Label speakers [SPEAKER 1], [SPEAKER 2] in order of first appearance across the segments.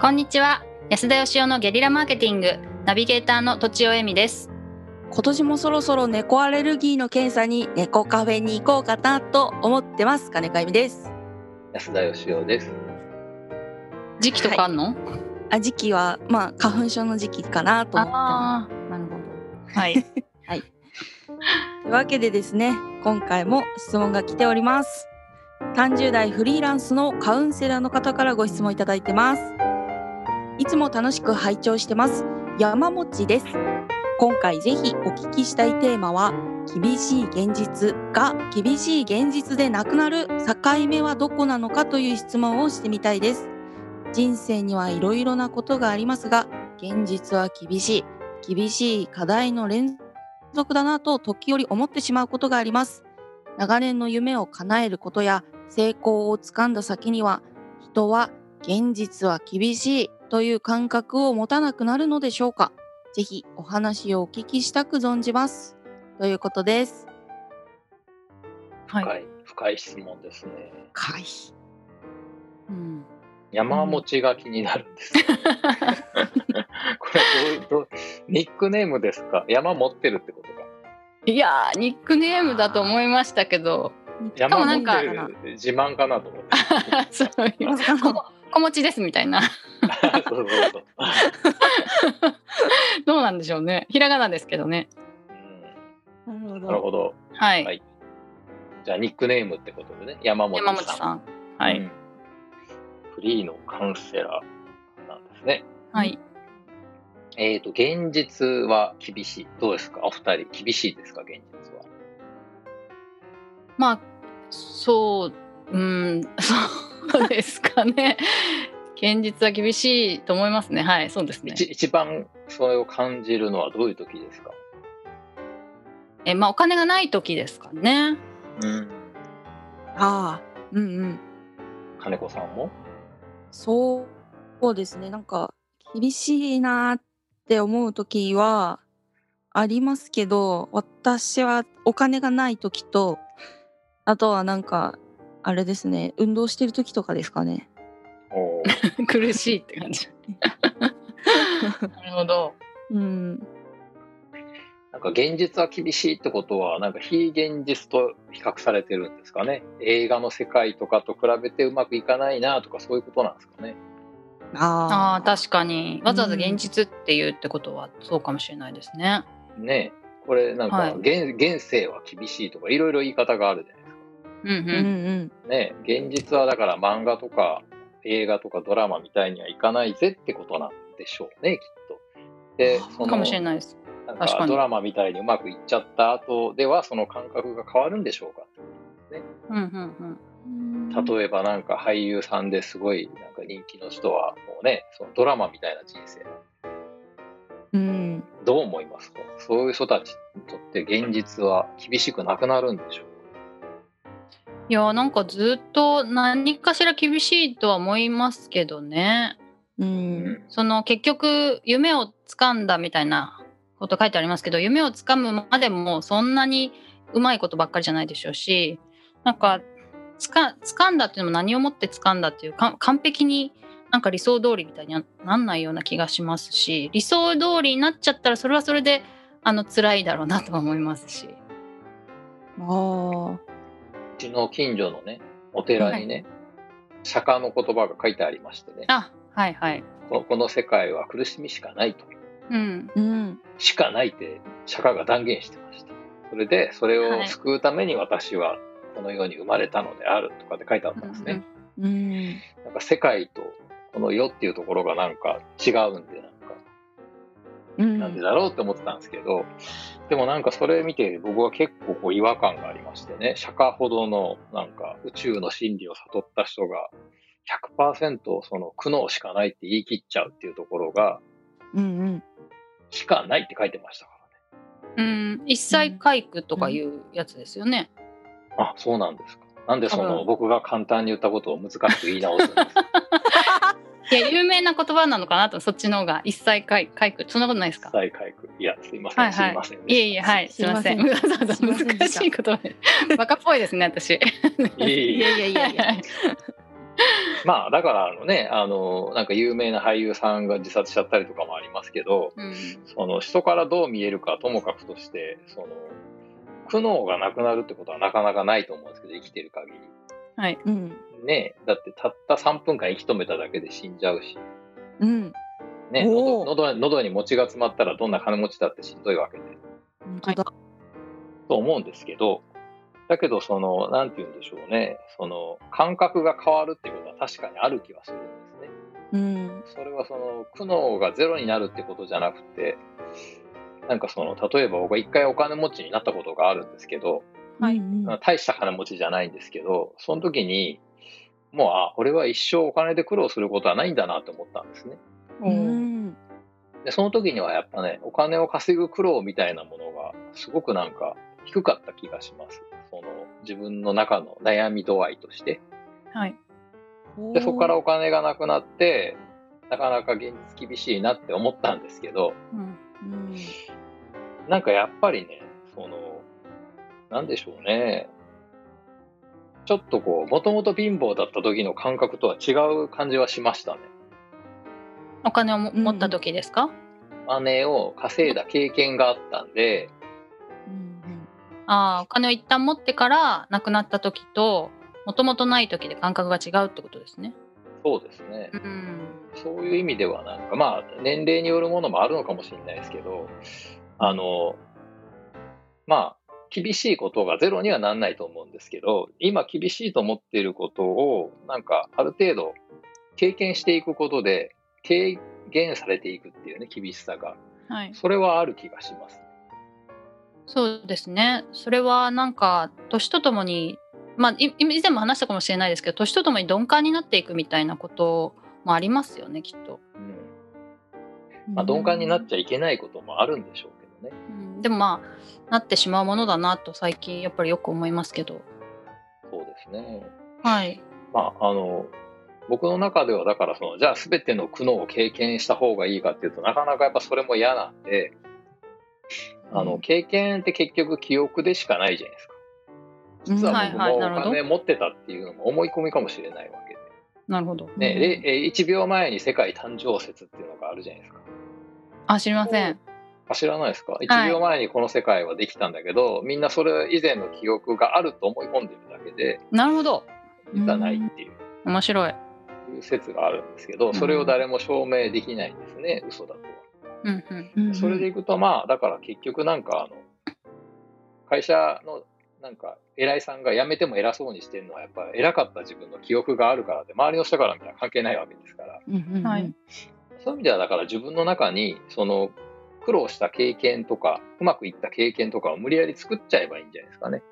[SPEAKER 1] こんにちは安田義雄のゲリラマーケティングナビゲーターの土地尾恵美です
[SPEAKER 2] 今年もそろそろ猫アレルギーの検査に猫カフェに行こうかなと思ってます金子由美です
[SPEAKER 3] 安田義雄です。
[SPEAKER 1] 時期とかあんの、
[SPEAKER 2] あ時期はまあ花粉症の時期かなと思ってま
[SPEAKER 1] ああなるほどはい
[SPEAKER 2] すというわけでですね今回も質問が来ております30代フリーランスのカウンセラーの方からご質問いただいてますいつも楽しく拝聴してます山持です今回ぜひお聞きしたいテーマは厳しい現実が厳しい現実でなくなる境目はどこなのかという質問をしてみたいです人生にはいろいろなことがありますが現実は厳しい厳しい課題の連続だなと時折思ってしまうことがあります長年の夢を叶えることや成功をつかんだ先には人は現実は厳しいという感覚を持たなくなるのでしょうかぜひお話をお聞きしたく存じますということです
[SPEAKER 1] はい、
[SPEAKER 3] 深い、深い質問ですね。
[SPEAKER 2] かい
[SPEAKER 1] うん、
[SPEAKER 3] 山持ちが気になるんですよ。 これどうどうニックネームですか山持ってるってことか。
[SPEAKER 1] いやーニックネームだと思いましたけど
[SPEAKER 2] かもな
[SPEAKER 3] 山持
[SPEAKER 2] ん
[SPEAKER 3] っ
[SPEAKER 2] か
[SPEAKER 3] てる自慢かなと思って。
[SPEAKER 1] そういう
[SPEAKER 2] まさ
[SPEAKER 1] こ
[SPEAKER 2] かの
[SPEAKER 1] 子持ちですみたいな
[SPEAKER 3] そうそうそう
[SPEAKER 1] どうなんでしょうねひらがなですけどね
[SPEAKER 3] うんなるほど。
[SPEAKER 1] はい、
[SPEAKER 3] はいじゃあニックネームってことでね。山持
[SPEAKER 1] 山本
[SPEAKER 3] さん。
[SPEAKER 1] さんはい、
[SPEAKER 3] うんフリーのカウンセラーなんですね。
[SPEAKER 1] はい
[SPEAKER 3] えっ、と、現実は厳しい。どうですかお二人、厳しいですか現実は。
[SPEAKER 1] まあそううん そうですかね現実は厳しいと思いますねはいそうですね
[SPEAKER 3] 一一番それを感じるのはどういう時ですか
[SPEAKER 1] えまあお金がない時ですかね
[SPEAKER 3] うん
[SPEAKER 2] ああうんうん
[SPEAKER 3] 金子さんも
[SPEAKER 2] そうそうですねなんか厳しいなーって思う時はありますけど私はお金がない時とあとはなんかあれですね運動してる時とかですかね
[SPEAKER 3] お ー
[SPEAKER 1] 苦しいって感じ なるほど
[SPEAKER 2] うん
[SPEAKER 3] なんか現実は厳しいってことはなんか非現実と比較されてるんですかね映画の世界とかと比べてうまくいかないなとかそういうことなんですかね
[SPEAKER 2] あ
[SPEAKER 1] あー確かにわざわざ現実っていうってことはそうかもしれないですね、
[SPEAKER 3] ねえこれなん
[SPEAKER 1] はい
[SPEAKER 3] か現,、現世は厳しいとかいろいろ言い方があるじゃないです
[SPEAKER 1] うんう
[SPEAKER 2] う
[SPEAKER 1] ん
[SPEAKER 2] んうん
[SPEAKER 3] かねえ現実はだから漫画とか映画とかドラマみたいにはいかないぜってことなんでしょうねきっと。でその
[SPEAKER 1] かもしれないです
[SPEAKER 3] なん
[SPEAKER 1] 確か
[SPEAKER 3] か
[SPEAKER 1] に
[SPEAKER 3] ドラマみたいにうまくいっちゃった後ではその感覚が変わるんでしょうか
[SPEAKER 1] うんうんうん
[SPEAKER 3] 例えばなんか俳優さんですごいなんか人気の人はもうねそのドラマみたいな人生
[SPEAKER 2] うん
[SPEAKER 3] どう思いますかそういう人たちにとって現実は厳しくなくなるんでしょう
[SPEAKER 1] いやーなんかずっと何かしら厳しいとは思いますけどね
[SPEAKER 2] う
[SPEAKER 3] か、
[SPEAKER 2] ん
[SPEAKER 1] その結局夢をつかんだみたいなこと書いてありますけど夢をつかむまでもそんなにうまいことばっかりじゃないでしょうしなんかつか掴んだっていうのも何をもって掴んだっていうか完璧になんか理想通りみたいにはなんないような気がしますし理想通りになっちゃったらそれはそれであの辛いだろうなとは思いますし
[SPEAKER 2] あー
[SPEAKER 3] うちの近所のねお寺にね、釈迦の言葉が書いてありましてね
[SPEAKER 1] あはいはい
[SPEAKER 3] このこの世界は苦しみしかないと
[SPEAKER 1] うん
[SPEAKER 2] うん
[SPEAKER 3] しかないって釈迦が断言してましたそれでそれを救うために私はこの世に生まれたのであるとかって書いてあったんですね、
[SPEAKER 2] うん
[SPEAKER 3] なんか世界とこの世っていうところがなんか違うんでなんか
[SPEAKER 2] うん
[SPEAKER 3] なんでだろうって思ってたんですけど、でもなんかそれ見て僕は結構こう違和感がありましてね釈迦ほどのなんか宇宙の真理を悟った人が100%その苦悩しかないって言い切っちゃうっていうところが
[SPEAKER 2] うんうん
[SPEAKER 3] しかないって書いてましたか
[SPEAKER 1] うん一切回復とかいうやつですよね、
[SPEAKER 3] らねあそうなんですかなんでそ
[SPEAKER 1] 多
[SPEAKER 3] の
[SPEAKER 1] 分
[SPEAKER 3] 僕が簡単に言ったことを難しく言い直す んですか
[SPEAKER 1] いや有名な言葉なのかなとそっちの方が一切かいかいくそんなことないですか
[SPEAKER 3] 再回復いやすいません、
[SPEAKER 1] はいはい
[SPEAKER 3] すいません
[SPEAKER 1] い
[SPEAKER 3] でした
[SPEAKER 1] えいえはいす
[SPEAKER 2] す
[SPEAKER 1] い
[SPEAKER 2] い
[SPEAKER 1] ま
[SPEAKER 2] ま
[SPEAKER 1] せ
[SPEAKER 2] せ
[SPEAKER 1] ん
[SPEAKER 2] ん
[SPEAKER 1] わざわざ
[SPEAKER 2] すいませんでした
[SPEAKER 1] 難しい言葉でバカっぽいですね私
[SPEAKER 3] いえいえ
[SPEAKER 2] いやいやいやいや
[SPEAKER 3] まあだからあのねあのなんか有名な俳優さんが自殺しちゃったりとかもありますけど
[SPEAKER 1] うん
[SPEAKER 3] その人からどう見えるかはともかくとしてその苦悩がなくなるってことはなかなかないと思うんですけど生きてる限り
[SPEAKER 1] はい、
[SPEAKER 2] うん、
[SPEAKER 3] ねだってたった3分間息止めただけで死んじゃうし、
[SPEAKER 2] うん、
[SPEAKER 3] ね、
[SPEAKER 2] お
[SPEAKER 3] 喉
[SPEAKER 2] ー
[SPEAKER 3] 喉喉に餅が詰まったらどんな金持ちだってしんどいわけで
[SPEAKER 2] 本当だ。
[SPEAKER 3] と思うんですけどだけどそのなんて言うんでしょうねその感覚が変わるっていうことは確かにある気はするんですね。
[SPEAKER 2] うん、
[SPEAKER 3] それはその苦悩がゼロになるってことじゃなくてなんかその例えば僕は一回お金持ちになったことがあるんですけど、
[SPEAKER 1] はい
[SPEAKER 2] うんうん
[SPEAKER 3] 大した金持ちじゃないんですけどその時にもうあ俺は一生お金で苦労することはないんだなと思ったんですね。
[SPEAKER 2] う
[SPEAKER 1] うん
[SPEAKER 2] ん、
[SPEAKER 3] でその時にはやっぱねお金を稼ぐ苦労みたいなものがすごくなんか低かった気がしますその自分の中の悩み度合いとして
[SPEAKER 1] はい、
[SPEAKER 3] でそこからお金がなくなってなかなか現実厳しいなって思ったんですけど
[SPEAKER 1] うん
[SPEAKER 2] うん、
[SPEAKER 3] なんかやっぱりねそのなんでしょうねちょっとこうもともと貧乏だった時の感覚とは違う感じはしましたね
[SPEAKER 1] お金をも持った時ですか、
[SPEAKER 3] お金を稼いだ経験があったんで、
[SPEAKER 2] うん
[SPEAKER 1] ああお金を一旦持ってから亡くなった時ともともとない時で感覚が違うってことですね。
[SPEAKER 3] そうですね
[SPEAKER 1] うん、
[SPEAKER 3] そういう意味ではなんかまあ年齢によるものもあるのかもしれないですけどあのまあ厳しいことがゼロにはなんないと思うんですけど今厳しいと思っていることをなんかある程度経験していくことで軽減されていくっていうね厳しさが
[SPEAKER 1] はい、
[SPEAKER 3] それはある気がします。
[SPEAKER 1] そうですね。それはなんか年とともに、まあい以前も話したかもしれないですけど、年とともに鈍感になっていくみたいなこともありますよね、きっと。
[SPEAKER 3] うんまあ、鈍感になっちゃいけないこともあるんでしょうけどね。
[SPEAKER 1] うん、でもまあなってしまうものだなと最近やっぱりよく思いますけど。
[SPEAKER 3] そうですね。
[SPEAKER 1] はい。
[SPEAKER 3] まあ、あの僕の中ではだからそのじゃあ全ての苦悩を経験した方がいいかっていうとなかなかやっぱそれも嫌なんであ
[SPEAKER 2] う
[SPEAKER 3] の
[SPEAKER 2] ん
[SPEAKER 3] 経験って結局記憶でしかないじゃないですか実は
[SPEAKER 1] うん
[SPEAKER 3] 僕
[SPEAKER 1] はいは
[SPEAKER 3] も
[SPEAKER 1] い
[SPEAKER 3] お
[SPEAKER 1] なるほど
[SPEAKER 3] 金持ってたっていうのも思い込みかもしれないわけで、
[SPEAKER 1] なるほど。
[SPEAKER 3] ね
[SPEAKER 2] うん
[SPEAKER 3] ええ1秒前に世界誕生説っていうのがあるじゃないですか
[SPEAKER 1] あ、知りません。
[SPEAKER 3] あ知らないですか1秒前にこの世界はできたんだけど、みんなそれ以前の記憶があると思い込んでるだけで
[SPEAKER 1] なるほど。
[SPEAKER 3] 実はないっていう
[SPEAKER 1] 面白い。
[SPEAKER 3] いう説があるんですけど、
[SPEAKER 2] ん
[SPEAKER 3] それを誰も証明できないんですね、嘘だとは。
[SPEAKER 1] うんうん。
[SPEAKER 2] うんうん
[SPEAKER 3] それでいくと、まあ、だから結局なんか、あの、会社のなんか偉いさんが辞めても偉そうにしてるのは、やっぱ偉かった自分の記憶があるからで、周りの人から見たら関係ないわけですから、
[SPEAKER 2] うんうんうん
[SPEAKER 1] はい
[SPEAKER 3] そういう意味ではだから自分の中に、その、苦労した経験とか、うまくいった経験とかを無理やり作っちゃえばいいんじゃないですかね。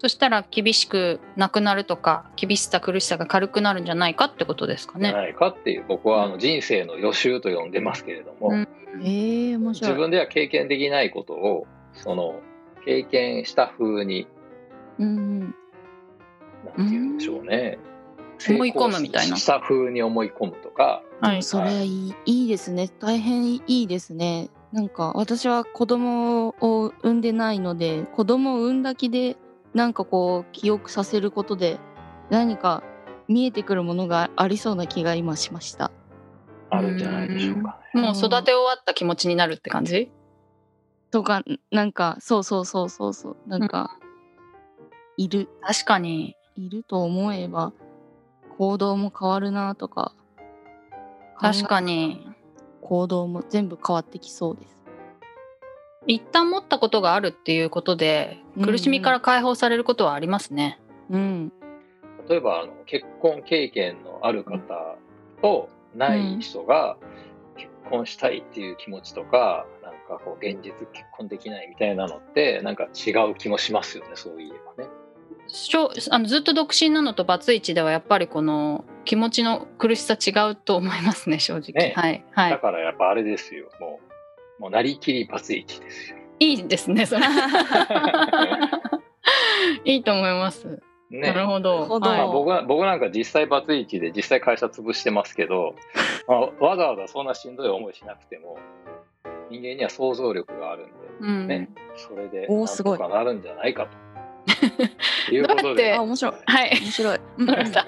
[SPEAKER 1] そしたら厳しくなくなるとか厳しさ苦しさが軽くなるんじゃないかってことですか
[SPEAKER 3] じゃ
[SPEAKER 1] ね。
[SPEAKER 3] ないかっていう、僕はあの人生の予習と呼んでますけれども、
[SPEAKER 1] うん
[SPEAKER 2] ええ、面白い。
[SPEAKER 3] 自分では経験できないことをその経験した風に
[SPEAKER 2] うんうん、
[SPEAKER 3] なんて言うんでしょうね
[SPEAKER 1] うん思い込むみたいな
[SPEAKER 3] 成功した風に思い込むとか
[SPEAKER 1] はい。
[SPEAKER 2] それいいいいですね大変いいですねなんか私は子供を産んでないので子供を産んだ気でなんかこう記憶させることで何か見えてくるものがありそうな気が今しました
[SPEAKER 3] あるんじゃないでしょうかね。
[SPEAKER 1] もう育て終わった気持ちになるって感じ
[SPEAKER 2] とかなんかそうそうそうそうそうなんか、いる
[SPEAKER 1] 確かに。
[SPEAKER 2] いると思えば行動も変わるなとか
[SPEAKER 1] 確かに。
[SPEAKER 2] 行動も全部変わってきそうです
[SPEAKER 1] 一旦持ったことがあるっていうことで苦しみから解放されることはありますね。
[SPEAKER 2] うん
[SPEAKER 3] 例えばあの結婚経験のある方とない人が結婚したいっていう気持ちとか、なんかこう現実結婚できないみたいなのってなんか違う気もしますよねそういえばね。
[SPEAKER 1] しょあのずっと独身なのとバツイチではやっぱりこの気持ちの苦しさ違うと思いますね正直。
[SPEAKER 3] ね
[SPEAKER 1] はい、は
[SPEAKER 3] だ
[SPEAKER 1] い、
[SPEAKER 3] からやっぱあれですよもうもうなりきりバツイチですよ。
[SPEAKER 1] いいですね それ。 いいと思います。
[SPEAKER 3] ね、
[SPEAKER 1] なるほど。
[SPEAKER 2] なるほど
[SPEAKER 1] は
[SPEAKER 3] まあ、
[SPEAKER 1] い
[SPEAKER 3] 僕は僕なんか実際バツイチで実際会社潰してますけ ど、まあ、わざわざそんなしんどい思いしなくても人間には想像力があるんで
[SPEAKER 1] うん
[SPEAKER 3] ねそれで
[SPEAKER 2] おー
[SPEAKER 3] なん
[SPEAKER 2] すご
[SPEAKER 3] と
[SPEAKER 2] い
[SPEAKER 3] かなるんじゃないかと。いうこと
[SPEAKER 1] ど うや
[SPEAKER 3] で
[SPEAKER 1] っ
[SPEAKER 2] あ面白い
[SPEAKER 1] はい。
[SPEAKER 2] 面白い
[SPEAKER 1] わかりました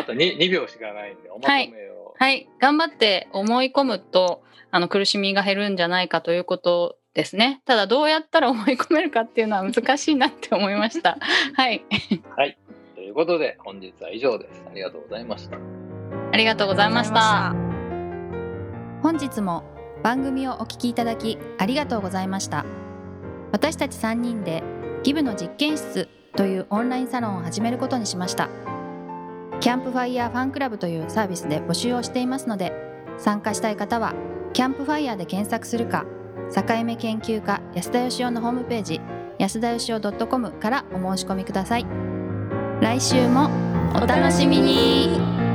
[SPEAKER 3] あと 2, 2秒しかないんで、おまとめを。
[SPEAKER 1] はい、頑張って思い込むとあの苦しみが減るんじゃないかということですね。ただどうやったら思い込めるかっていうのは難しいなって思いました。はい、
[SPEAKER 3] ということで、本日は以上です。ありがとうございました。
[SPEAKER 1] ありがとうございました。
[SPEAKER 4] 本日も番組をお聞きいただきありがとうございました私たち3人でギブの実験室というオンラインサロンを始めることにしましたキャンプファイヤーファンクラブというサービスで募集をしていますので参加したい方はキャンプファイヤーで検索するか境目研究家安田義雄のホームページ安田義雄 .com からお申し込みください来週もお楽しみに